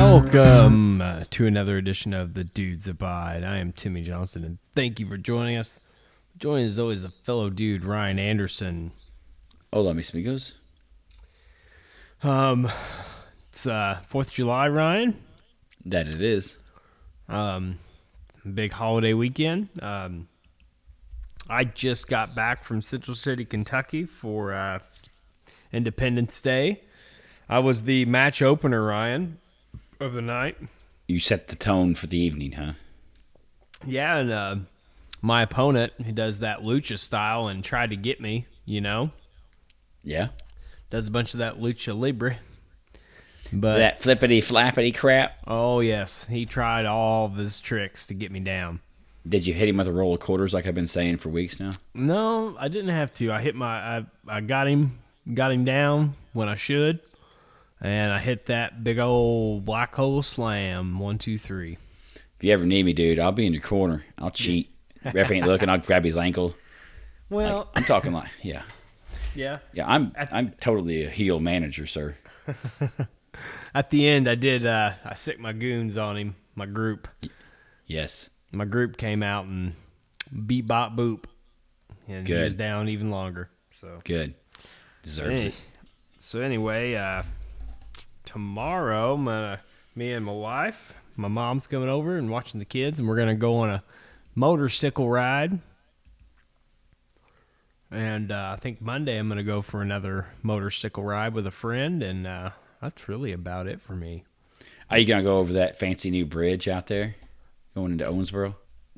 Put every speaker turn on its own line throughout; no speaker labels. Welcome uh, to another edition of the Dudes Abide. I am Timmy Johnson, and thank you for joining us. Joining as always a fellow dude, Ryan Anderson.
Hola, mis amigos.
Um, it's uh, Fourth of July, Ryan.
That it is.
Um, big holiday weekend. Um, I just got back from Central City, Kentucky for uh, Independence Day. I was the match opener, Ryan, of the night.
You set the tone for the evening, huh?
Yeah, and uh, my opponent who does that lucha style and tried to get me, you know,
Yeah.
does a bunch of that lucha libre. But
That flippity flappity crap.
oh yes, he tried all of his tricks to get me down.
Did you hit him with a roll of quarters like I've been saying for weeks now?
No, I didn't have to. I hit my I, I got him got him down when I should. And I hit that big old black hole slam one two three.
If you ever need me, dude, I'll be in your corner. I'll cheat. Ref ain't looking. I'll grab his ankle.
Well,
I'm talking like, yeah,
yeah.
yeah. I'm I'm totally a heel manager, sir.
At the end, I did. Uh, I sick my goons on him. My group.
Yes.
my group came out and beat bop boop and he
Good.
was down even longer so
Good. Deserves
Any-
it.
so anyway uh tomorrow my me and my wife my mom's coming over and watching the kids and we're gonna go on a motorcycle ride and uh, i think monday i'm gonna go for another motorcycle ride with a friend and uh that's really about it for me
Are you gonna go over that fancy new bridge out there, going into Owensboro?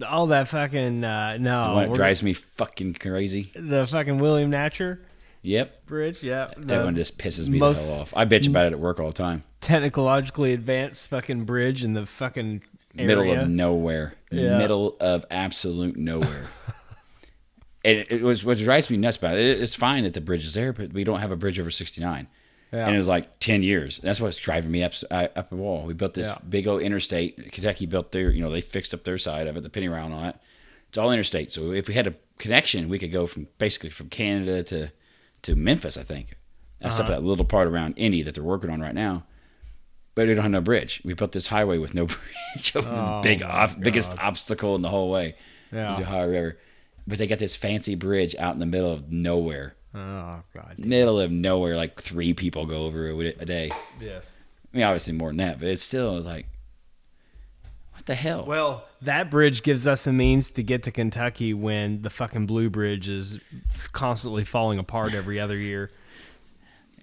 all that fucking uh
The
no
one that
Uh, we're-
drives me fucking crazy.
the fucking william natcher
Yep.
bridge yeah
That
the-
one just pisses me
most-
the hell off. I bitch about it at work all the time.
technologically advanced fucking bridge in the fucking area.
middle of nowhere,
Yeah.
middle of absolute nowhere. and it, it was what drives me nuts about it. it- It's fine that the bridge is there, but we don't have a bridge over sixty nine.
Yeah.
And it was like ten years. And that's what's driving me up I- up the wall. We built this
Yeah.
big old interstate. Kentucky built their, you know, they fixed up their side of it, the penny round on it. It's all interstate. So if we had a connection, we could go from basically from Canada to to Memphis. I think that's
Uh-huh.
up that little part around Indy that they're working on right now but we don't have no bridge. We built this highway with no bridge over the
Oh,
big
my
ob- biggest obstacle in the whole way.
Yeah.
Is the Ohio River. But they got this fancy bridge out in the middle of nowhere.
Oh god.
Middle of nowhere, like three people go over it a day.
Yes.
I mean, obviously more than that, but it's still like, what the hell?
Well, that bridge gives us a means to get to Kentucky when the fucking Blue Bridge is constantly falling apart every other year.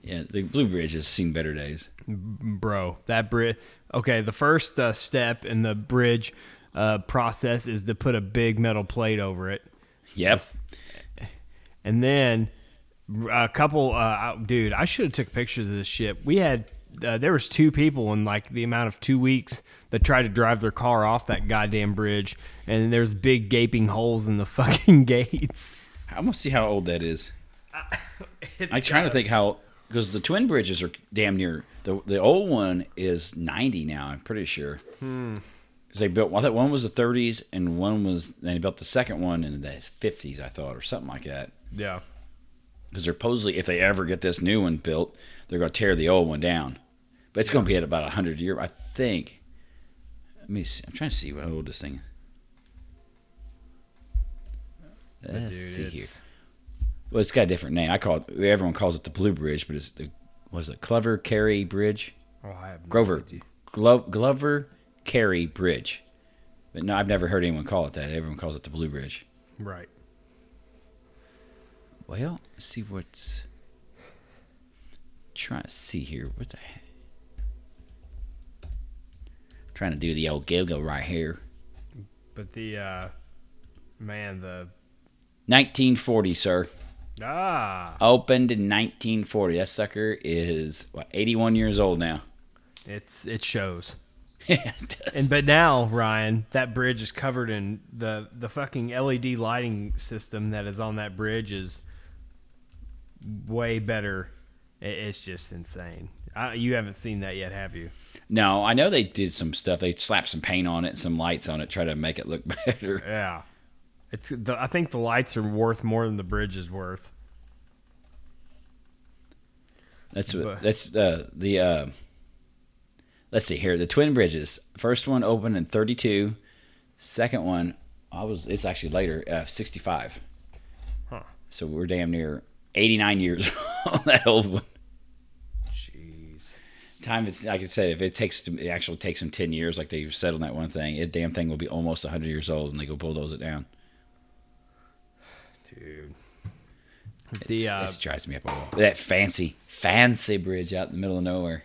yeah, the Blue Bridge has seen better days.
Bro, that bridge. Okay, the first uh, step in the bridge uh, process is to put a big metal plate over it.
Yep.
And then a couple, uh, I- dude, I should have took pictures of this shit. We had uh, there was two people in like the amount of two weeks that tried to drive their car off that goddamn bridge, and there's big gaping holes in the fucking gates.
I'm gonna see how old that is. I'm trying to think how because the twin bridges are damn near the the old one is 90 now. I'm pretty sure. Hmm. They built well, that one was the 30s and one was they built the second one in the 50s, I thought, or something like that.
Yeah,
Because they're supposedly, if they ever get this new one built, they're going to tear the old one down. But it's going to be at about 100 year, I think. Let me see. I'm trying to see how old this thing. Let's see here. Well, it's got a different name. I call it. Everyone calls it the Blue Bridge, but it's the what is it? Clover Carey Bridge,
Oh, I have
Grover, Glo- Glover Carey Bridge. But no, I've never heard anyone call it that. Everyone calls it the Blue Bridge.
right.
Well, let's see what's. Trying to see here. What the heck? Trying to do the old Google right here.
But the uh, man, the
1940, sir.
ah,
Opened in 1940. That sucker is what 81 years old now.
it's it shows.
yeah, it does.
And but now, Ryan, that bridge is covered in the the fucking LED lighting system that is on that bridge is way better. I- It's just insane. I, you haven't seen that yet, have you?
No, I know they did some stuff. They slapped some paint on it, some lights on it, try to make it look better.
Yeah, it's. The, I think the lights are worth more than the bridge is worth.
That's
But-
what, that's uh, the uh, let's see here. The Twin Bridges. First one opened in 32. Second one, I was. It's actually later, uh, 65.
Huh.
So we're damn near 89 years on that old one.
Jeez.
Time it's like I said, if it takes it actually takes them 10 years, like they said on that one thing, it damn thing will be almost 100 years old, and they go bulldoze it down.
Dude.
It's-
The uh,
it drives me up a wall. That fancy, fancy bridge out in the middle of nowhere.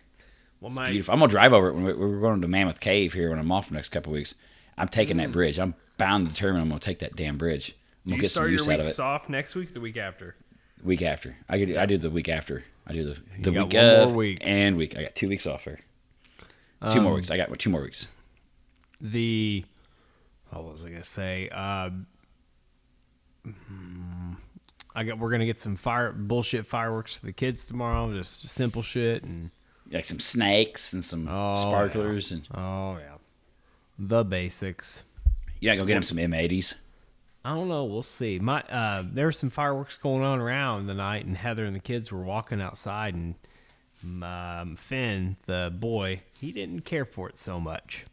well,
It's
my
beautiful. I'm gonna drive over it when we- we're going to Mammoth Cave here when I'm off the next couple weeks. I'm taking that bridge. I'm bound and determined. I'm gonna take that damn bridge.
Mm. do
I'm gonna
you
get some
start your
use out of
week
it.
soft next week, or the week after.
Week after, I get. I do the week after. I do the the
got
week
one more
of
week. Um,
and week. I got two weeks off here. Two more weeks. I got two more weeks.
The what was I gonna say? Uh, I got we're gonna get some fire bullshit fireworks for the kids tomorrow. Just simple shit and
Like some snakes and some
Oh, yeah.
sparklers and
oh yeah, the basics.
yeah, go get them some M80s.
I don't know. We'll see. My uh, there were some fireworks going on around the night, and Heather and the kids were walking outside, and um, Finn, the boy, he didn't care for it so much.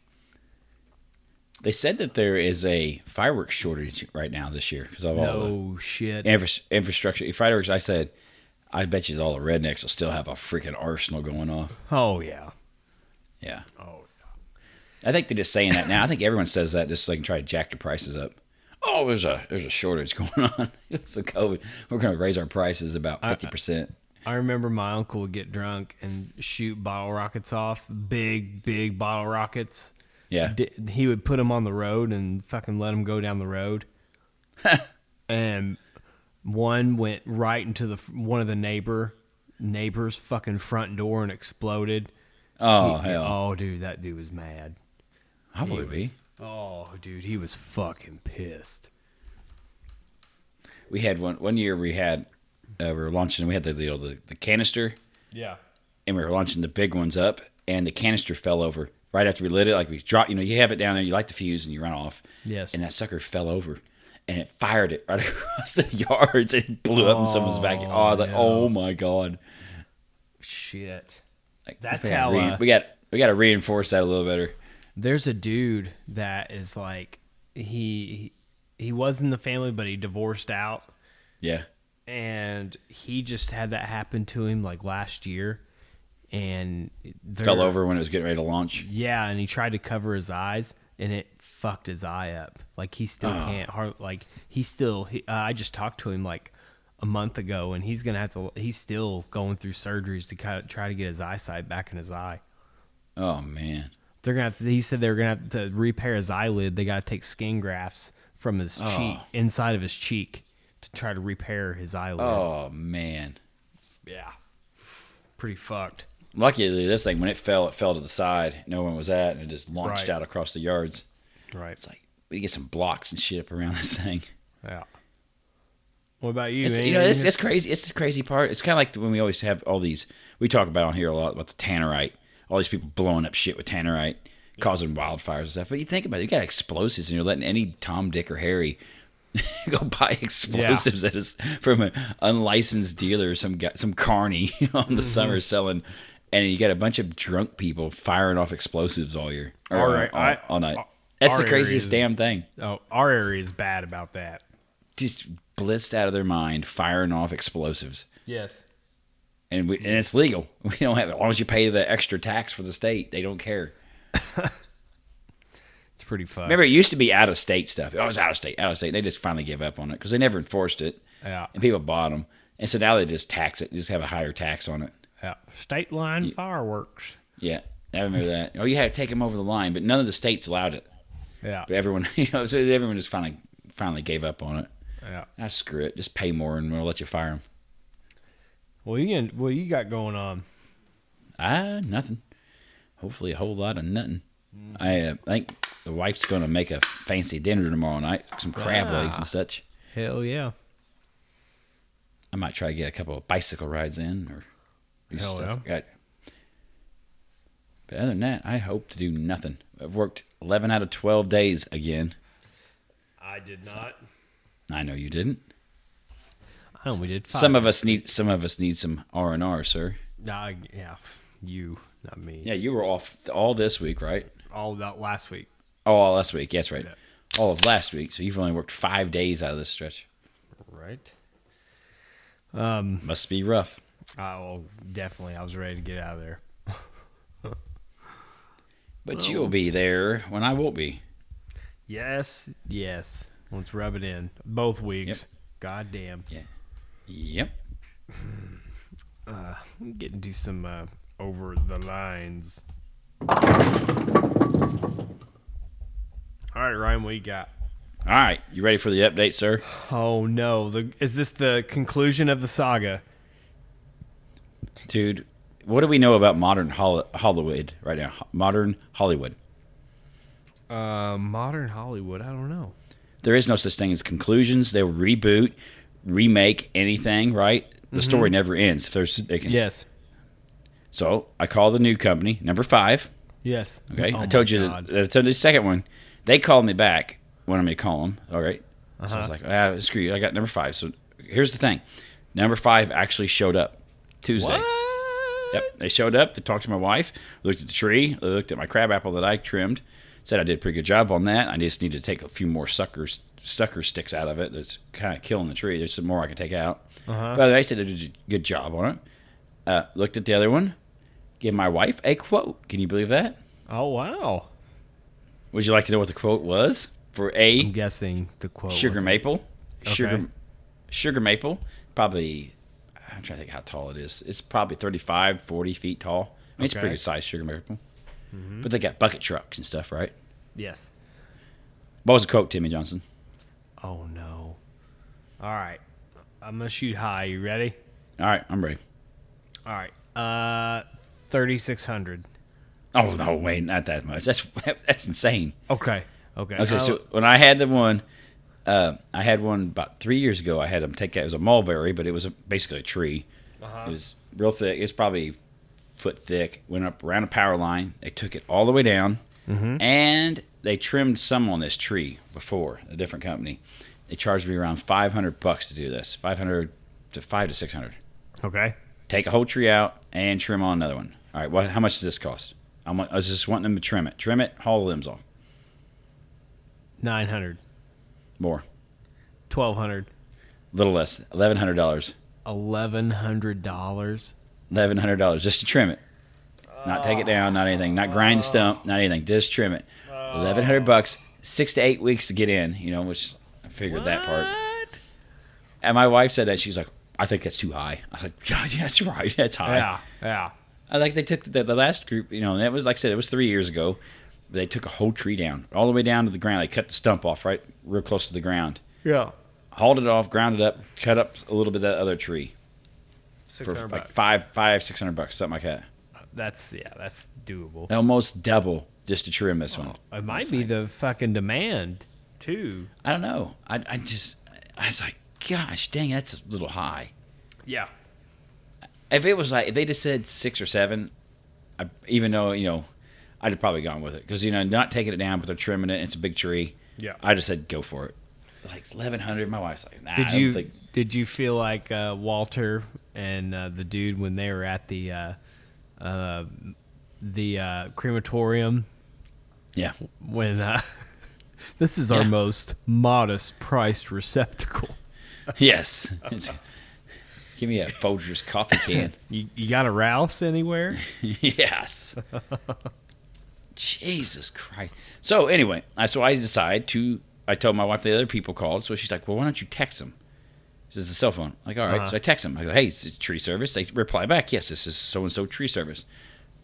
They said that there is a fireworks shortage right now this year because of all the
No shit.
Infra- infrastructure. If fireworks, I said, I bet you all the rednecks will still have a freaking arsenal going off.
Oh yeah.
Yeah,
Oh yeah.
I think they're just saying that now. I think everyone says that just so they can try to jack the prices up. Oh, there's a there's a shortage going on. it's a COVID. We're going to raise our prices about fifty percent.
I remember my uncle would get drunk and shoot bottle rockets off, big, big bottle rockets.
Yeah,
D- He would put them on the road and fucking let them go down the road. and one went right into the f- one of the neighbor neighbor's fucking front door and exploded.
Oh
He-
hell,
Oh, dude, that dude was mad.
I
He
would be.
was- Oh, dude, he was fucking pissed.
We had one one year. We had uh, we were launching. We had the you know, the, the canister.
Yeah.
and we were launching the big ones up, and the canister fell over right after we lit it. Like we dropped, you know, you have it down there, you light the fuse, and you run off.
Yes.
And that sucker fell over, and it fired it right across the yards, and it blew up in someone's backyard. Oh, like, oh my god!
Shit.
Like,
That's
we gotta
how,
rein-
uh,
we got we got to reinforce that a little better.
there's a dude that is like he he was in the family but he divorced out
Yeah.
and he just had that happen to him like last year and they're-
Fell over when it was getting ready to launch.
yeah and he tried to cover his eyes and it fucked his eye up like he still can't hard like he still he, uh, i just talked to him like a month ago and he's gonna have to he's still going through surgeries to kind of try to get his eyesight back in his eye
Oh man.
They're gonna. Have to, he said they're gonna have to repair his eyelid. They gotta take skin grafts from his
Oh.
cheek, inside of his cheek, to try to repair his eyelid.
Oh man.
yeah, pretty fucked.
Luckily, this thing when it fell, it fell to the side. No one was at, and it just launched
Right.
out across the yards.
Right.
It's like we get some blocks and shit up around this thing.
Yeah. What about you?
It's, you know, it's, it's crazy. It's the crazy part. It's kind of like when we always have all these. We talk about on here a lot about the tannerite. All these people blowing up shit with tannerite, causing wildfires and stuff. But you think about it, you got explosives, and you're letting any Tom, Dick, or Harry go buy explosives at us from an unlicensed dealer, or some guy, some carny on
Mm-hmm.
the summer selling, and you got a bunch of drunk people firing off explosives all year or
All right,
all,
I-
all night.
our-
That's the
our
craziest
areas-
damn thing
Oh, our area is bad about that.
just blitzed out of their mind, firing off explosives,
Yes.
and we, and it's legal. We don't have as long as you pay the extra tax for the state, they don't care.
It's pretty fucked.
Remember, it used to be out of state stuff. Oh, it was out of state, out of state. They just finally gave up on it because they never enforced it,
Yeah.
and people bought them. And so now they just tax it, just have a higher tax on it.
Yeah. State line fireworks.
Yeah, I remember that. Oh, you had to take them over the line, but none of the states allowed it.
Yeah.
But everyone, you know, so everyone just finally finally gave up on it.
Yeah.
Ah, screw it, just pay more and we'll let you fire them.
Well, you can, what you got going on?
Ah, nothing. Hopefully, a whole lot of nothing. I uh, think the wife's going to make a fancy dinner tomorrow night, some crab legs and such.
Hell yeah.
I might try to get a couple of bicycle rides in or do
Hell
stuff. Got- But other than that, I hope to do nothing. I've worked 11 out of 12 days again.
I did not.
I know you didn't.
I know we did. Five.
Some of us need some of us need some R and R, sir.
Uh, yeah. You, not me.
Yeah, you were off all this week, right?
All that last week.
Oh, all last week. Yes, right.
Yeah.
All of last week. So you've only worked five days out of this stretch.
Right.
Must be rough.
Oh, definitely. I was ready to get out of there.
But you'll be there when I won't be.
Yes. Yes. Let's rub it in. Both weeks. God damn.
Yep.
Uh, I'm getting to some uh, over the lines. All right, Ryan, what you got?
All right. You ready for the update, sir?
Oh no! The, is this the conclusion of the saga?
Dude, what do we know about modern Hol- Hollywood right now? Ho- Modern Hollywood.
Uh, modern Hollywood. I don't know.
There is no such thing as conclusions. They'll reboot, remake anything, right? The story never ends. If there's, they can.
Yes.
So I call the new company, number five.
Yes.
Okay,
Oh,
I
my
told you.
God.
That, I told you the second one. They called me back when I'm going to call them. All right. So
Uh-huh.
I was like, ah, screw you. I got number five. So here's the thing. Number five actually showed up Tuesday. Yep, they showed up. They talked to my wife. Looked at the tree. They looked at my crab apple that I trimmed. Said I did a pretty good job on that. I just need to take a few more suckers, sucker sticks out of it. That's kind of killing the tree. There's some more I can take out.
Uh-huh.
But they said I did a good job on it. Uh, looked at the other one. Gave my wife a quote. Can you believe that?
Oh wow!
Would you like to know what the quote was for a
I'm guessing the quote.
sugar
was-
maple?
Okay.
Sugar, sugar maple. Probably. I'm trying to think how tall it is. It's probably 35, 40 feet tall. I mean, It's a pretty
Okay. Mm-hmm.
good size sugar maple. But they got bucket trucks and stuff, right?
Yes.
What was the quote, Timmy Johnson?
Oh no! All right, I'm gonna shoot high. You ready?
All right, I'm ready.
All right. Uh, thirty-six hundred.
Oh no, wait, not that much. That's that's insane.
Okay. Okay.
Okay,
Oh,
so when I had the one, uh, I had one about three years ago. I had them take that. It was a mulberry, but it was a, basically a tree. It was real thick. It's probably foot thick. Went up around a power line. They took it all the way down, Mm-hmm. and they trimmed some on this tree before a different company. They charged me around five hundred bucks to do this. Five hundred to five to six hundred.
Oh, okay.
Take a whole tree out and trim on another one. All right. Well, how much does this cost? I'm, I was just wanting them to trim it. Trim it. Haul the limbs off.
Nine hundred.
More.
Twelve hundred.
little less, eleven hundred dollars,
Eleven hundred dollars.
eleven hundred dollars just to trim it, not take it down, not anything, not grind stump, not anything, just trim it. Eleven hundred bucks, six to eight weeks to get in, you know, which I figured that part.
What?
And my wife said that she's like, I think that's too high. I was like, God, yeah, that's right, that's high.
Yeah. Yeah.
I like they took the, the last group, you know, and that was like I said, it was three years ago. They took a whole tree down, all the way down to the ground. They cut the stump off right, real close to the ground,
Yeah.
hauled it off, ground it up, cut up a little bit of that other tree
Six
for
hundred
like
bucks.
five, five, six hundred bucks, something like that.
That's yeah. That's doable.
almost double just to trim this one.
It might be the fucking demand too.
I don't know. I, I just, I was like, gosh, dang, that's a little high.
Yeah.
If it was like, if they just said six or seven, I, even though, you know, I'd have probably gone with it because, you know, not taking it down, but they're trimming it. and It's a big tree.
Yeah.
I just said, go for it. Like 1100 My wife's like, nah, I
Did
don't
you
think-
did you feel like uh, Walter and uh, the dude when they were at the uh, uh, the uh, crematorium
yeah.
when uh, this is our
Yeah.
most modest priced receptacle?
yes. It's- give me a Folgers coffee can.
You, you got a Ralph's anywhere?
yes. Jesus Christ. So anyway, I so I decide to. I told my wife the other people called, so she's like, "Well, why don't you text them?" This is a cell phone. like, all right.
Uh-huh.
So I text them. I go, "Hey, is it tree service?" They reply back, "Yes, this is so and so tree service."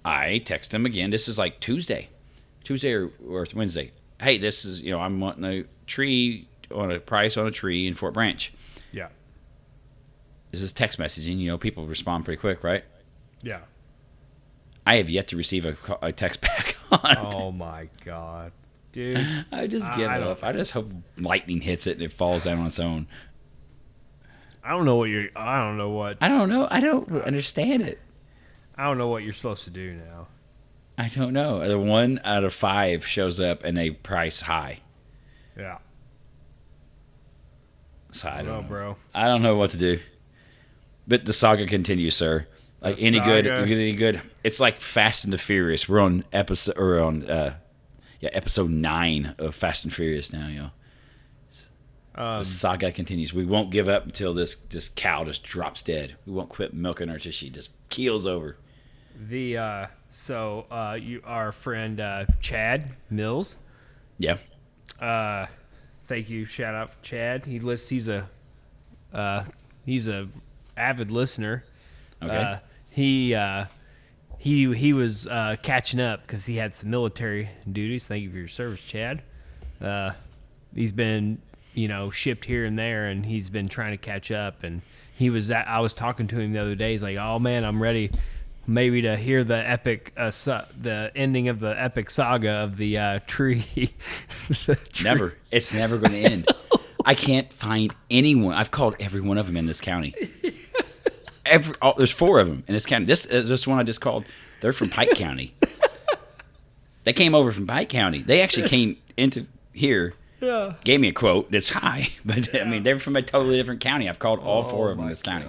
I text them again. This is like Tuesday, Tuesday or, or Wednesday. Hey, this is you know I'm wanting a tree on a price on a tree in Fort Branch.
Yeah.
This is text messaging. You know, people respond pretty quick, right?
Yeah.
I have yet to receive a, ca- a text back on it.
Oh my god, dude.
I just
I-
give
I don't
up. I just hope lightning hits it and it falls down on its own.
I don't know what you're. I don't know what.
I don't know. I don't understand it.
I don't know what you're supposed to do now.
I don't know. The one out of five shows up and they price high.
Yeah.
So I
I
don't
don't know,
know.
bro.
I don't know what to do. But the saga continues, sir. Like
The
any good,
saga.
you get any good. It's like Fast and the Furious. We're on episode or on uh, yeah episode nine of Fast and Furious now, y'all.
Um,
the saga continues. We won't give up until this this cow just drops dead. We won't quit milking her till she just keels over.
The uh, so uh, you our friend uh, Chad Mills.
Yeah,
Uh, thank you. Shout out for Chad. He lists. He's a uh, he's a avid listener.
Okay.
Uh, he uh, he he was uh, catching up because he had some military duties. Thank you for your service, Chad. Uh, he's been you know shipped here and there, and he's been trying to catch up. And he was at, I was talking to him the other day. He's like, "Oh man, I'm ready." Maybe to hear the epic, uh, su- the ending of the epic saga of the uh, tree. The tree.
never. It's never going to end. I can't find anyone. I've called every one of them in this county. Every all, there's four of them in this county. This is this one I just called. They're from Pike County. They came over from Pike County. They actually came into here.
Yeah.
Gave me a quote that's high, but I mean they're from a totally different county. I've called all four of them in this county.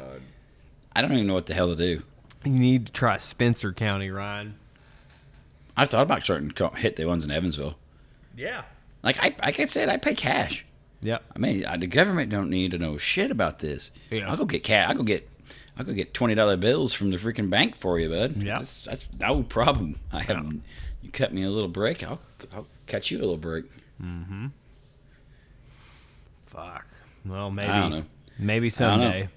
I don't even know what the hell to do.
You need to try Spencer County, Ryan.
I've thought about starting to co- hit the ones in Evansville.
Yeah.
Like I, like I said, I pay cash.
Yep.
I mean, I, the government don't need to know shit about this.
Yeah.
I'll go get cash. I'll go get, I'll go get twenty dollar bills from the freaking bank for you, bud.
Yeah.
that's, that's no problem. I haven't. You cut me a little break. I'll, I'll cut you a little break.
Fuck. Well, maybe.
I don't know.
Maybe
don't know.
someday.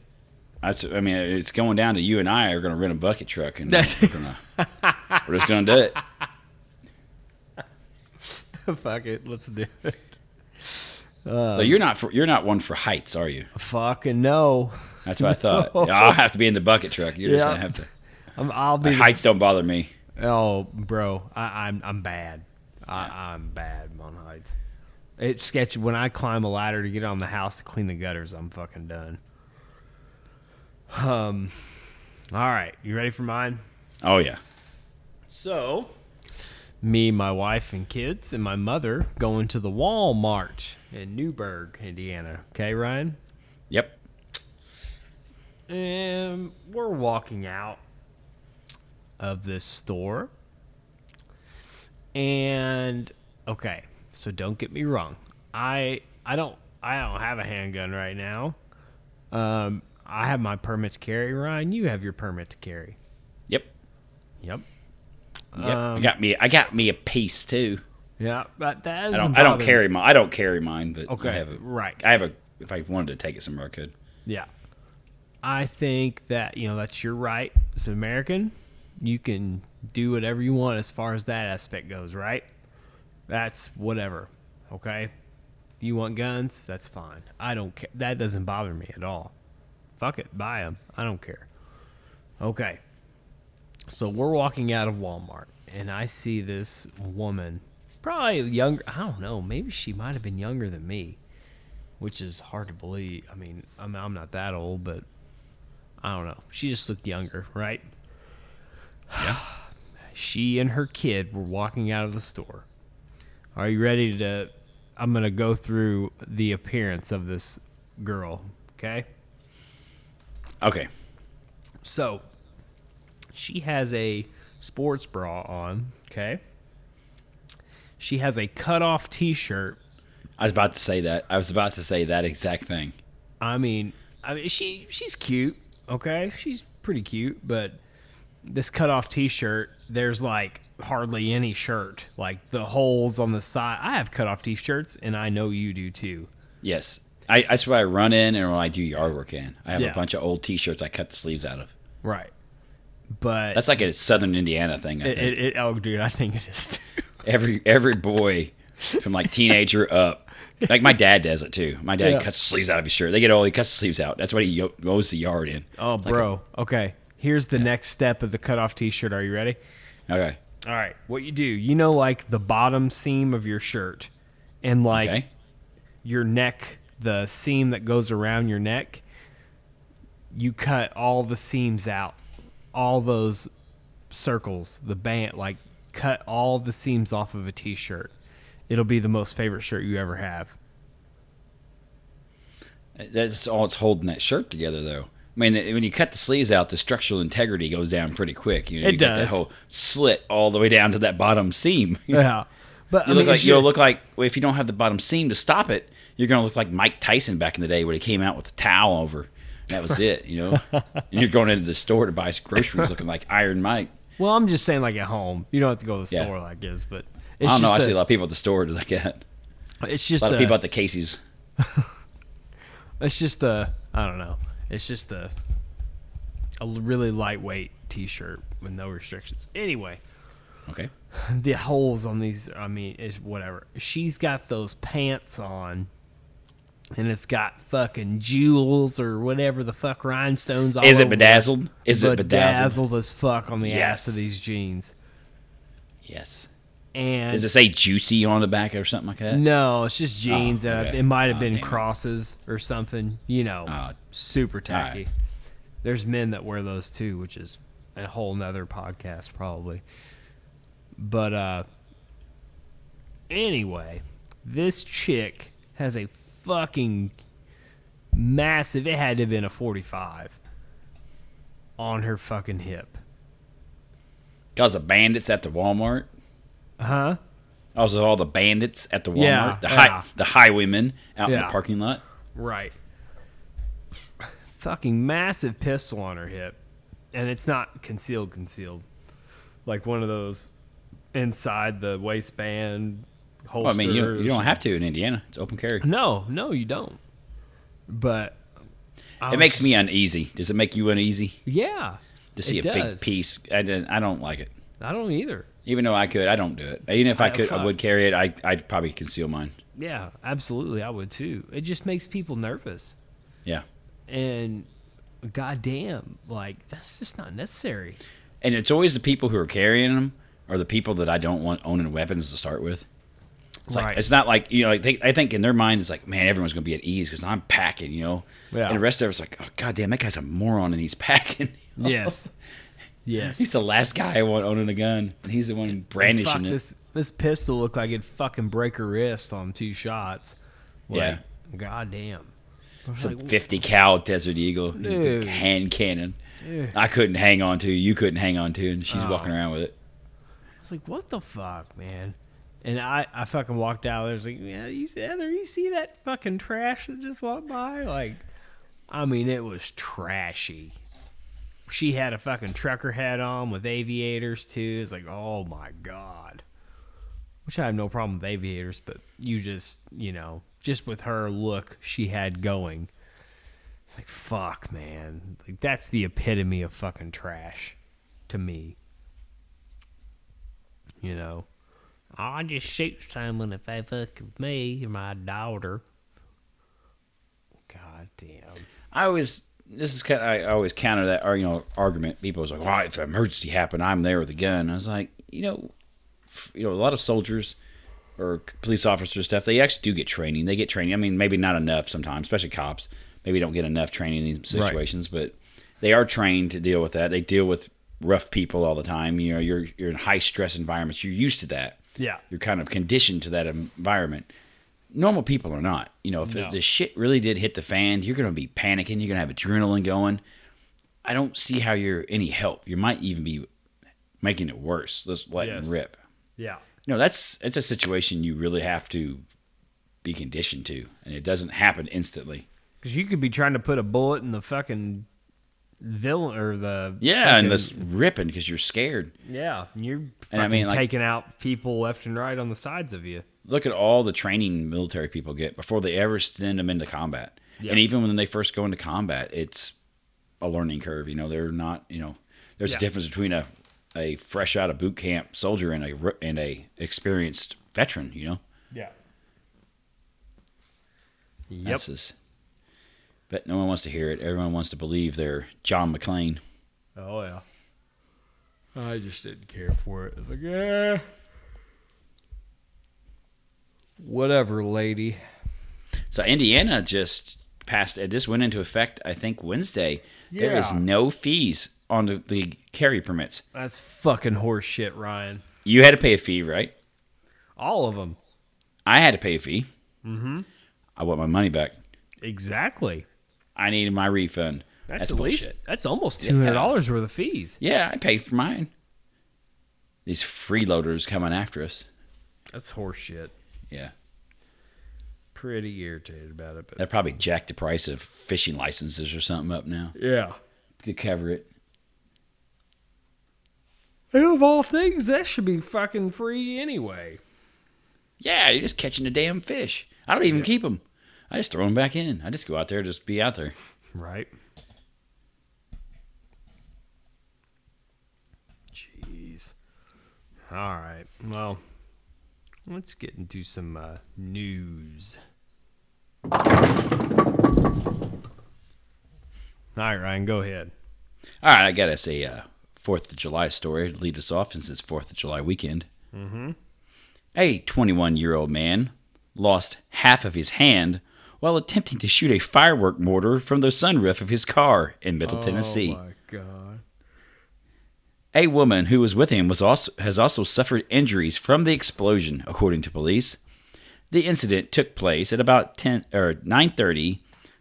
That's, I mean, it's going down to you and I are going to rent a bucket truck and we're, gonna, we're just going to do it.
Fuck it. Let's do it.
But you're not for, you're not one for heights, are you?
Fucking no.
That's what I thought.
No.
I'll have to be in the bucket truck. You're just
Yeah.
going to have to.
I'm, I'll be.
Heights don't bother me.
oh, bro. I, I'm I'm bad. I, I'm bad on heights. It's sketchy. When I climb a ladder to get on the house to clean the gutters, I'm fucking done. Um. All right. You ready for mine?
Oh yeah.
So, me, my wife, and kids, and my mother going to the Walmart in Newburgh, Indiana. Okay, Ryan?
Yep.
And Um, we're walking out of this store. And okay, so don't get me wrong. I I don't I don't have a handgun right now. Um I have my permit to carry, Ryan. You have your permit to carry.
Yep.
Yep.
Yep.
Um,
I got me. I got me a piece too.
Yeah, but that is
I don't. I don't carry mine. I don't carry mine, but
Okay,
I have a,
right.
I have a. If I wanted to take it somewhere, I could.
Yeah. I think that, you know, that's your right as an American. You can do whatever you want as far as that aspect goes, right? That's whatever. Okay? You want guns? That's fine. I don't care. That doesn't bother me at all. Fuck it. Buy them. I don't care. Okay. So we're walking out of Walmart and I see this woman, probably younger. I don't know. Maybe she might have been younger than me which is hard to believe. I mean, I'm, I'm not that old, but I don't know. She just looked younger, right? Yeah. she and her kid were walking out of the store. Are you ready to? I'm going to go through the appearance of this girl, okay?
Okay.
So she has a sports bra on, okay? She has a cut off t shirt
I was about to say that. I was about to say that exact thing.
I mean, I mean, she she's cute. Okay, she's pretty cute, but this cutoff T-shirt, there's like hardly any shirt. Like the holes on the side. I have cutoff T-shirts, and I know you do too.
Yes. I, that's what I run in and when I do yard work in. I have
Yeah.
a bunch of old T-shirts I cut the sleeves out of.
Right. But
That's like a Southern Indiana thing. I
it,
think.
it, it- Oh, dude, I think it is. too.
every every boy from like teenager up. Like my dad does it too. My dad
Yeah.
cuts the sleeves out of his shirt. They get all he cuts the sleeves out. That's what he yo- mows the yard in.
Oh, bro. okay. Here's the next step of the cutoff T-shirt. Are you ready?
Okay.
All right. What you do? You know, like the bottom seam of your shirt, and like
Okay.
your neck, the seam that goes around your neck, you cut all the seams out, all those circles, the band, like cut all the seams off of a t shirt. It'll be the most favorite shirt you ever have.
That's all it's holding that shirt together though. I mean, when you cut the sleeves out, the structural integrity goes down pretty quick. You know,
It
you get that
does.
whole slit all the way down to that bottom seam. You
Yeah, but I
look
mean,
like
it's
you'll
just-
look like well, if you don't have the bottom seam to stop it, you're gonna look like Mike Tyson back in the day, where he came out with a towel over. And that was it, you know. and you're going into the store to buy groceries, looking like Iron Mike.
Well, I'm just saying, like at home, you don't have to go to the
Yeah.
store like this, but it's
I don't know. I
just
see
a-
a lot of people at the store like that.
It's just
A lot of people
a,
at the Casey's.
it's just a I don't know. It's just a a really lightweight T-shirt with no restrictions. Anyway,
Okay.
the holes on these. I mean, it's whatever. She's got those pants on. And it's got fucking jewels or whatever the fuck rhinestones. All
Is it
over
bedazzled? Is it bedazzled?
bedazzled as fuck on the ass of
Yes.
these jeans?
Yes.
And
Does it say juicy on the back or something like that?
No, it's just jeans
Oh,
that I-
okay.
it might have
Oh,
been
damn it.
crosses or something. You know,
Oh,
super tacky.
right.
There's men that wear those too, which is a whole nother podcast probably. But uh anyway, this chick has a fucking massive. It had to have been a 45 on her fucking hip.
Cause the bandits at the Walmart.
Huh?
Also, all the bandits at the Walmart,
Yeah,
the
yeah.
high, the highwaymen out in
Yeah.
the parking lot.
Right. Fucking massive pistol on her hip. And it's not concealed, concealed. Like one of those inside the waistband holster.
Well, I mean, you don't, you
or
don't have to in Indiana; it's open carry.
something. No, no, you don't. But. I
It
was-
makes me uneasy. Does it make you uneasy
Yeah.
to see
it
a
does.
big piece? I didn't, I don't like it.
I don't either.
Even though I could, I don't do it. Even if I,
I-
could,
fuck.
I would carry it. I, I'd probably conceal mine.
Yeah, absolutely. I would too. It just makes people nervous.
Yeah,
And goddamn, like, that's just not necessary.
and it's always the people who are carrying them are the people that I don't want owning weapons to start with. It's like
Right.
it's not like you know. Like they, I think in their mind, it's like, man, everyone's gonna be at ease because I'm packing, you know.
Yeah.
And the rest of us like, oh goddamn, that guy's a moron and he's packing.
Yes. Yes.
He's the last guy I want owning a gun, and he's the one brandishing
Fuck,
it.
This this pistol looked like it'd fucking break her wrist on two shots.
Yeah.
Goddamn.
Some 50 cal Desert Eagle
Dude.
hand cannon.
Dude.
I couldn't hang on to. You couldn't hang on to, and she's walking around with it.
I was like, what the fuck, man? And I, I fucking walked out. There's like, yeah, you see, Heather, you see that fucking trash that just walked by? Like, I mean, it was trashy. She had a fucking trucker hat on with aviators too. It's like, oh my god. Which I have no problem with aviators, but you just, you know, just with her look she had going. It's like, fuck, man. Like that's the epitome of fucking trash to me. You know, Oh, I just shoot someone if they fuck with me or my daughter. God damn.
I always this is kind of, I always counter that or you know argument. People was like, "Well, if an emergency happened, I'm there with a gun." I was like, you know, f- you know, a lot of soldiers or c- police officers stuff. They actually do get training. They get training. I mean, maybe not enough sometimes, especially cops. Maybe don't get enough training in these situations, but they are trained to deal with that. They deal with rough people all the time. You know, you're you're in high stress environments. You're used to that.
Yeah.
You're kind of conditioned to that environment. Normal people are not. You know, if
No.
this shit really did hit the fan, you're going to be panicking. You're going to have adrenaline going. I don't see how you're any help. You might even be making it worse. Let's let
Yes.
rip.
Yeah.
No, that's it's a situation you really have to be conditioned to, and it doesn't happen instantly.
Because you could be trying to put a bullet in the fucking villain or the.
Yeah,
fucking-
and this ripping because you're scared.
Yeah. and You're fucking
And I mean, like-
taking out people left and right on the sides of you.
Look at all the training military people get before they ever send them into combat,
Yeah.
and even when they first go into combat, it's a learning curve. You know, they're not. You know, there's
Yeah.
a difference between a a fresh out of boot camp soldier and a re- and a experienced veteran. You know.
Yeah. Yep.
That's just- but no one wants to hear it. Everyone wants to believe they're John McClane.
oh, yeah. I just didn't care for it. I was like, "Eh." yeah. Whatever, lady.
So Indiana just passed. It just went into effect. I think Wednesday. There is
Yeah.
no fees on the, the carry permits.
That's fucking horse shit, Ryan.
You had to pay a fee, right?
All of them.
I had to pay a fee. Mm-hmm. I want my money back.
Exactly.
I needed my refund.
That's,
That's
at least
bullshit.
that's almost two hundred dollars worth of fees.
Yeah, I paid for mine. These freeloaders coming after us.
That's horseshit.
Yeah.
Pretty irritated about it, but
That probably jacked the price of fishing licenses or something up now
yeah.
to cover it.
Of all things, that should be fucking free anyway.
Yeah, you're just catching the damn fish. I don't even keep 'em. keep them. I just throw them back in. I just go out there, just be out there.
Right. Jeez. All right. Well, let's get into some uh, news. All right, Ryan, go ahead.
All right, I got us a uh, Fourth of July story to lead us off since it's Fourth of July weekend. Mm-hmm. A 21-year-old man lost half of his hand while attempting to shoot a firework mortar from the sunroof of his car in Middle Tennessee.
Oh my god.
A woman who was with him was also has also suffered injuries from the explosion, according to police. The incident took place at about 10 or 9:30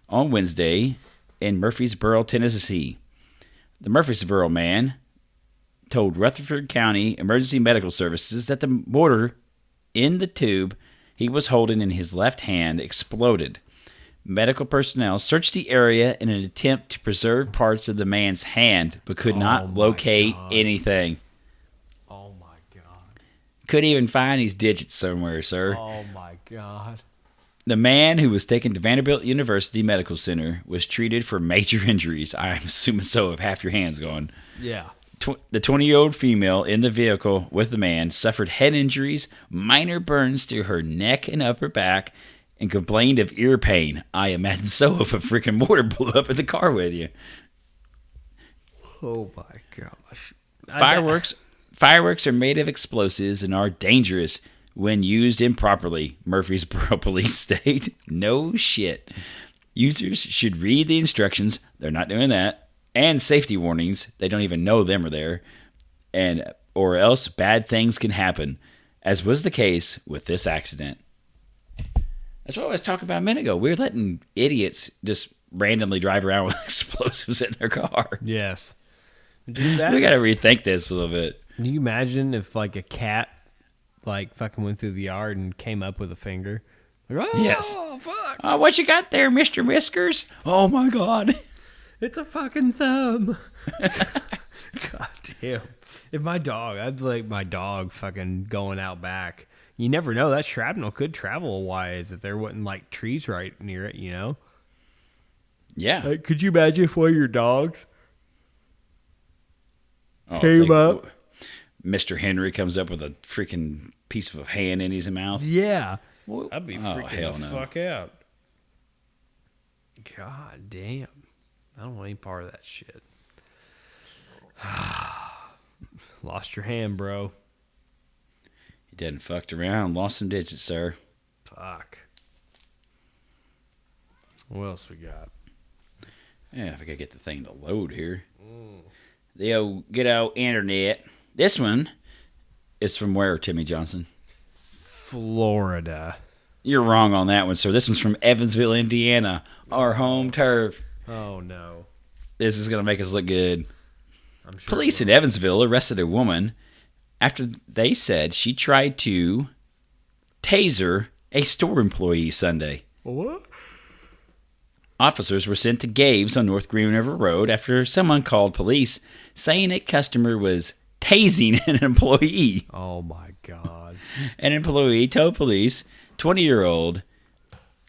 on Wednesday in Murfreesboro, Tennessee. The Murfreesboro man told Rutherford County Emergency Medical Services that the mortar in the tube he was holding in his left hand exploded. Medical personnel searched the area in an attempt to preserve parts of the man's hand but could
Oh
not
my
locate
God.
anything.
Oh my god.
Couldn't even find his digits somewhere, sir.
Oh my god.
The man who was taken to Vanderbilt University Medical Center was treated for major injuries. I'm assuming so, if half your hand's gone.
Yeah.
Tw- the 20 year old female in the vehicle with the man suffered head injuries, minor burns to her neck and upper back, and complained of ear pain. I imagine so if a freaking mortar blew up in the car with you.
Oh my gosh. I-
Fireworks fireworks are made of explosives and are dangerous when used improperly, Murfreesboro police state. no shit. Users should read the instructions. They're not doing that. And safety warnings. They don't even know them are there. And or else bad things can happen, as was the case with this accident. That's what I was talking about a minute ago. We're letting idiots just randomly drive around with explosives in their car.
Yes. Dude, that
We gotta rethink this a little bit.
Can you imagine if like a cat like fucking went through the yard and came up with a finger? Like, oh
Yes.
fuck.
Oh, what you got there, Mr. Whiskers? Oh my God.
It's a fucking thumb. God damn. If my dog I'd like my dog fucking going out back. You never know. That shrapnel could travel a ways if there wasn't like trees right near it, you know?
Yeah.
Like, could you imagine if one of your dogs
Oh,
Came
thank-
up.
Mr. Henry comes up with a freaking piece of a hand in his mouth.
Yeah.
Wha-
I'd be
oh,
freaking
hell
the
no.
fuck out. God damn. I don't want any part of that shit. Lost your hand, bro.
He done fucked around, lost some digits, sir.
Fuck. What else we got?
Yeah, if I could get the thing to load here.
Mm.
The old good old internet. This one is from where, Timmy Johnson?
Florida.
You're wrong on that one, sir. This one's from Evansville, Indiana, our home turf.
Oh no.
This is gonna make us look good.
I'm sure.
Police in Evansville arrested a woman after they said she tried to taser a store employee Sunday.
What?
Officers were sent to Gabe's on North Green River Road after someone called police saying a customer was tasing an employee.
Oh my god.
An employee told police, 20 year old,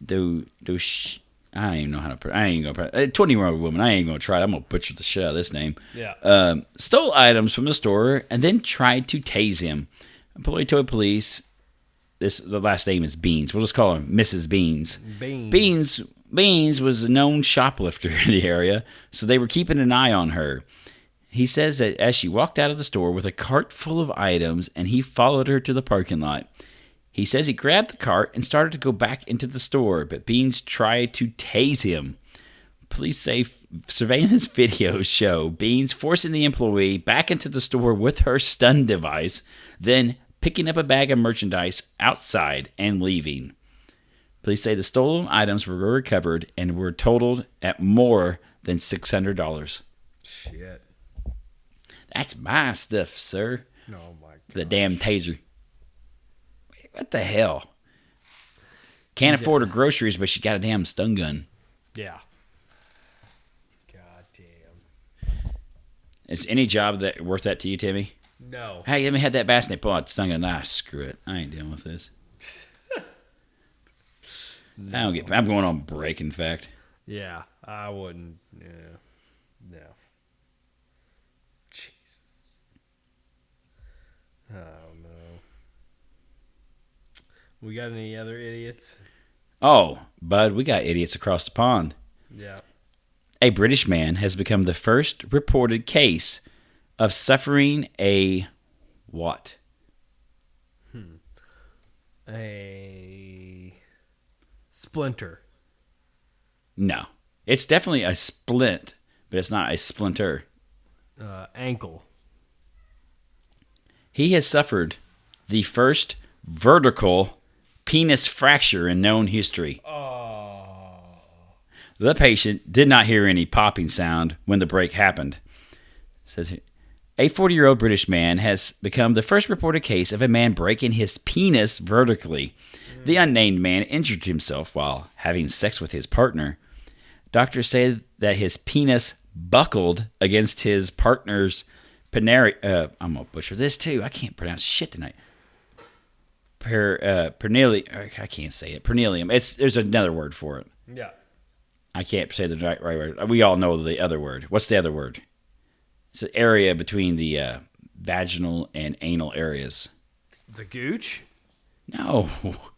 do, do sh- I don't even know how to, pr- I ain't gonna, 20 year old woman, I ain't gonna try it. I'm gonna butcher the shit out of this name.
Yeah.
um, stole items from the store and then tried to tase him. Employee told police this the last name is Beans. We'll just call him Mrs. Beans.
Beans.
Beans Beans was a known shoplifter in the area, so they were keeping an eye on her. He says that as she walked out of the store with a cart full of items and he followed her to the parking lot. He says he grabbed the cart and started to go back into the store, but Beans tried to tase him. Police say f- surveillance videos show Beans forcing the employee back into the store with her stun device, then picking up a bag of merchandise outside and leaving. Police say the stolen items were recovered and were totaled at more than six hundred dollars.
Shit.
That's my stuff, sir.
Oh my god.
The damn taser. What the hell? Can't afford her groceries, but she got a damn stun gun.
Yeah. God damn.
Is any job that worth that to you, Timmy?
No.
Hey, let me have that bassinet pull out the stun gun. Nah, screw it. I ain't dealing with this. I don't get. I'm going on break. In fact,
Yeah, I wouldn't. Yeah. No. Jesus. I don't know. We got any other idiots?
oh, bud, we got idiots across the pond.
Yeah.
a British man has become the first reported case of suffering a what?
A splinter.
No. It's definitely a splint, but it's not a splinter.
Uh, ankle.
He has suffered the first vertical penis fracture in known history.
Oh.
The patient did not hear any popping sound when the break happened. Says here, a 40 year old British man has become the first reported case of a man breaking his penis vertically. The unnamed man injured himself while having sex with his partner. Doctors say that his penis buckled against his partner's penari- uh, I'm going to butcher this too. I can't pronounce shit tonight. Per, uh, pernili- I can't say it. Pernilium. It's, there's another word for it.
Yeah.
I can't say the right, right word. We all know the other word. What's the other word? It's the area between the uh, vaginal and anal areas.
The gooch?
No,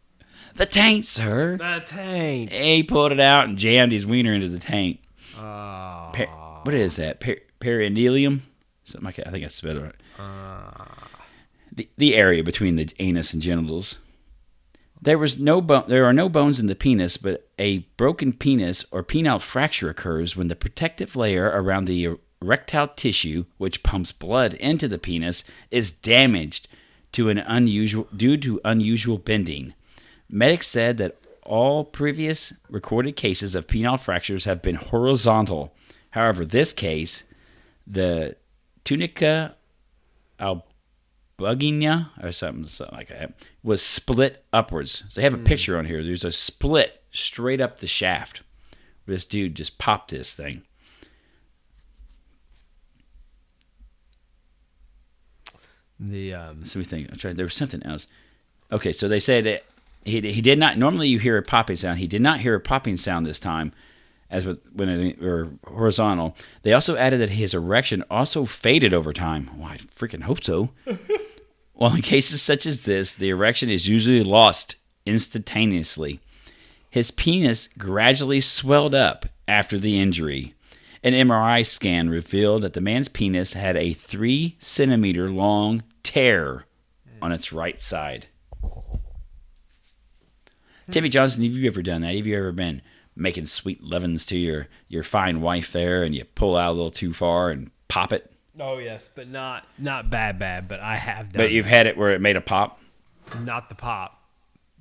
the taint, sir.
The tank.
He pulled it out and jammed his wiener into the taint.
Oh.
Per- what is that? Per- perineum? Something like that. I think I spelled it right.
Uh,
the, the area between the anus and genitals. There was no bone. There are no bones in the penis, but a broken penis or penile fracture occurs when the protective layer around the erectile tissue, which pumps blood into the penis, is damaged to an unusual due to unusual bending. Medics said that all previous recorded cases of penile fractures have been horizontal. However, this case, the tunica al Buginya or something, something like that was split upwards. So they have a picture on here. There's a split straight up the shaft. Where this dude just popped this thing.
The um.
So let me think. I'm trying. There was something else. Okay, so they said it, he he did not. Normally, you hear a popping sound. He did not hear a popping sound this time, as with when it or horizontal. They also added that his erection also faded over time. Well, I freaking hope so. While in cases such as this, the erection is usually lost instantaneously. His penis gradually swelled up after the injury. An MRI scan revealed that the man's penis had a three centimeter long tear on its right side. Timmy Johnson, have you ever done that? Have you ever been making sweet leavens to your, your fine wife there and you pull out a little too far and pop it?
Oh yes, but not not bad bad. But I have done.
But you've had it where it made a pop?
not the pop.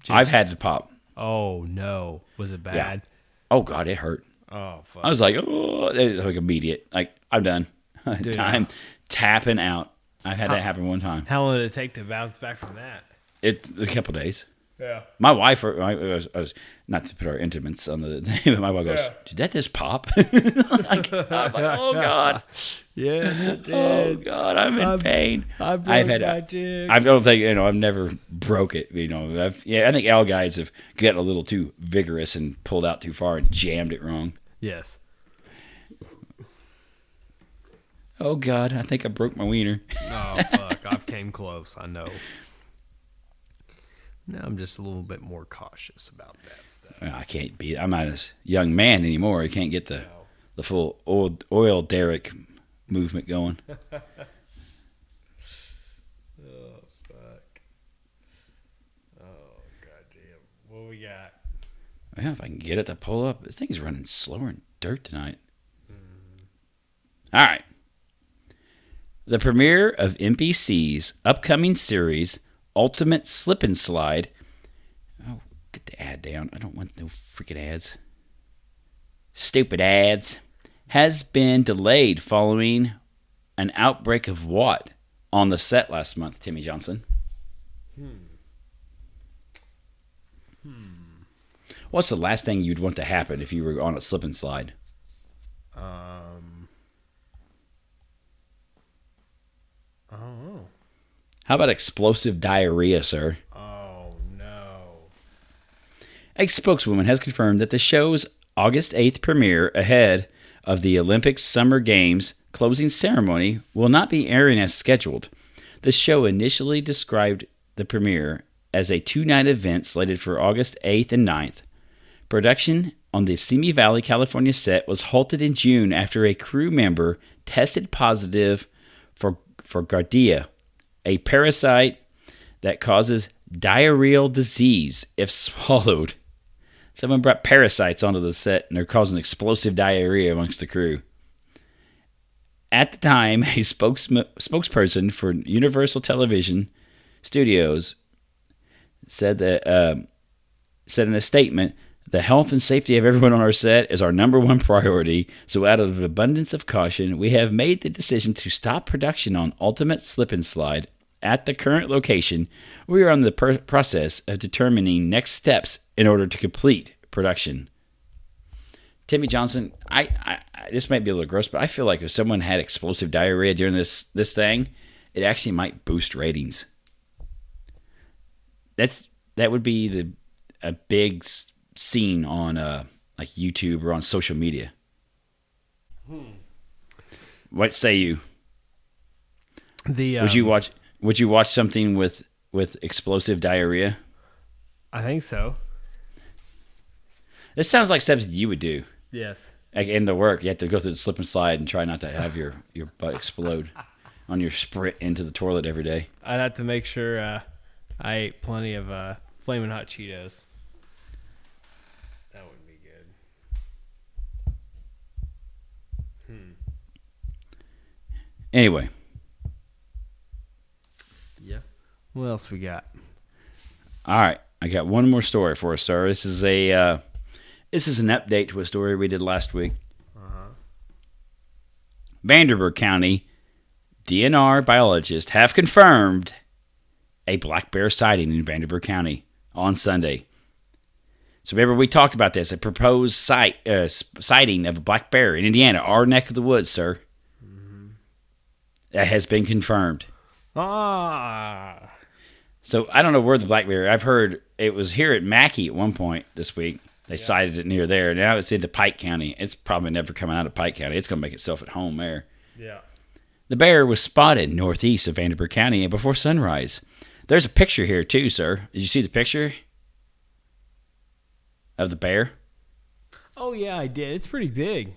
I've
Just-
had the pop.
Oh no, was it bad?
Oh, God, it hurt.
Oh
I
fuck.
was like, oh, it was like immediate. Like, I'm done.
Dude.
time tapping out. I've had that happen one time.
How long did it take to bounce back from that?
It a couple days.
Yeah.
My wife, or I was, I was not to put our intimates on the name, but my wife goes,
Yeah.
"Did that just pop?" Like, I'm like, "Oh God,
Yes, it
oh
did.
God, I'm in
I'm-
pain."
I
I've
broke
had,
my dick.
I don't think you know. I've never broke it. You know, I've, yeah, I think L guys have gotten a little too vigorous and pulled out too far and jammed it wrong.
Yes.
Oh God, I think I broke my wiener.
Oh fuck, I've came close. I know. Now I'm just a little bit more cautious about that stuff.
Well, I can't be. I'm not a s- young man anymore. I can't get the the full oil oil derrick movement going.
Oh fuck. Oh goddamn. What we got?
Well, if I can get it to pull up, this thing's running slower than dirt tonight. All right. The premiere of NBC's upcoming series, Ultimate Slip and Slide. Oh, get the ad down. I don't want no freaking ads. Stupid ads. has been delayed following an outbreak of what on the set last month, Timmy Johnson? What's the last thing you'd want to happen if you were on a slip and slide?
Um, I don't know.
How about explosive diarrhea, sir?
Oh no.
A spokeswoman has confirmed that the show's August 8th premiere ahead of the Olympic Summer Games closing ceremony will not be airing as scheduled. The show initially described the premiere as a two night event slated for August 8th and 9th. Production on the Simi Valley, California set was halted in June after a crew member tested positive for, for Giardia, a parasite that causes diarrheal disease if swallowed. Someone brought parasites onto the set and they're causing explosive diarrhea amongst the crew. At the time, a spokesman, spokesperson for Universal Television Studios said that um said in a statement, "The health and safety of everyone on our set is our number one priority. So, out of an abundance of caution, we have made the decision to stop production on Ultimate Slip and Slide at the current location. We are on the per- process of determining next steps in order to complete production." Timmy Johnson, I, I, I this might be a little gross, but I feel like if someone had explosive diarrhea during this this thing, it actually might boost ratings that's that would be the a big s- scene on uh like YouTube or on social media. What say you?
The um,
Would you watch? Would you watch something with with explosive diarrhea?
I think so.
This sounds like something you would do.
Yes.
Like in the work, you have to go through the slip and slide and try not to have your your butt explode on your sprint into the toilet every day.
I'd have to make sure uh, I ate plenty of uh, flaming hot Cheetos. That would be good.
Anyway,
Yeah. What else we got?
All right, I got one more story for us, sir. This is a uh, this is an update to a story we did last week.
Uh-huh.
Vanderburgh County DNR biologists have confirmed a black bear sighting in Vanderburgh County on Sunday. So remember we talked about this a proposed sight uh, s- sighting of a black bear in Indiana, our neck of the woods, sir. That has been confirmed.
Ah.
So I don't know where the black bear. I've heard it was here at Mackey at one point this week. They sighted it near there. Now it's into Pike County. It's probably never coming out of Pike County. It's going to make itself at home there.
Yeah.
The bear was spotted northeast of Vanderburgh County before sunrise. There's a picture here too, sir. Did you see the picture of the bear?
Oh yeah, I did. It's pretty big.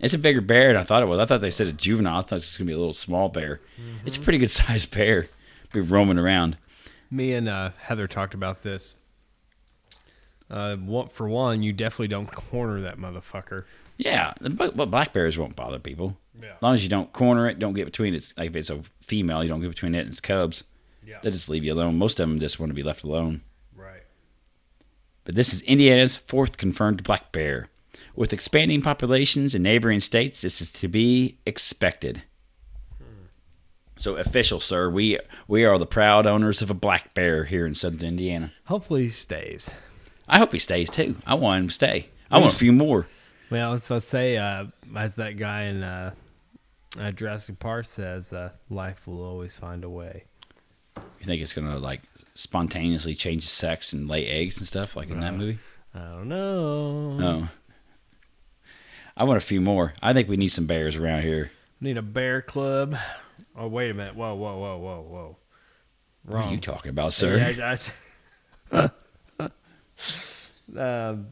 It's a bigger bear than I thought it was. I thought they said a juvenile. I thought it was going to be a little small bear. It's a pretty good sized bear. Be roaming around.
Me and uh, Heather talked about this. Uh, one, for one, you definitely don't corner that motherfucker.
Yeah, the- but, but black bears won't bother people.
Yeah.
As long as you don't corner it, don't get between its like if it's a female, you don't get between it and its cubs.
Yeah.
They just leave you alone. Most of them just want to be left alone.
Right.
But this is Indiana's fourth confirmed black bear. With expanding populations in neighboring states, this is to be expected. So official, sir, we we are the proud owners of a black bear here in Southern Indiana.
Hopefully he stays.
I hope he stays too. I want him to stay. I want a few more.
Well, I was about to say, uh, as that guy in uh, uh, Jurassic Park says, uh, life will always find a way.
You think it's gonna like spontaneously change sex and lay eggs and stuff like in that movie?
I don't know.
No. I want a few more. I think we need some bears around here.
Need a bear club. Oh, wait a minute. Whoa, whoa, whoa, whoa, whoa.
What are you
Wrong.
talking about, sir?
Yeah, I- Um,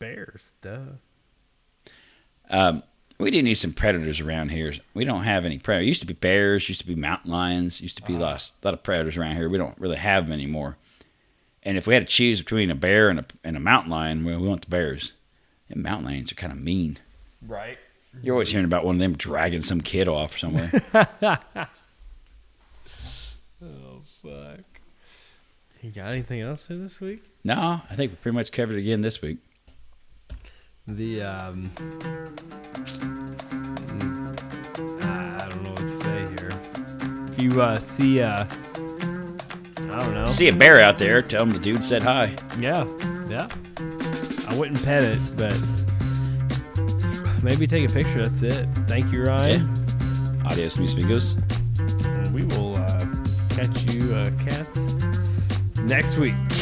bears, duh.
Um, we do need some predators around here. We don't have any predators. Used to be bears, used to be mountain lions, used to be a lot, a lot of predators around here. We don't really have them anymore. And if we had to choose between a bear and a, and a mountain lion, well, we want the bears. And mountain lions are kind of mean.
Right.
You're always hearing about one of them dragging some kid off somewhere.
Oh, fuck. You got anything else for this week?
no, I think we pretty much covered it again this week.
the um, I don't know what to say here. If you uh, see, uh, I don't know.
See a bear out there, tell him the dude said hi.
Yeah, yeah. I wouldn't pet it, but maybe take a picture. That's it. Thank you, Ryan.
Adios, mis amigos.
And we will uh, catch you uh, cats next week.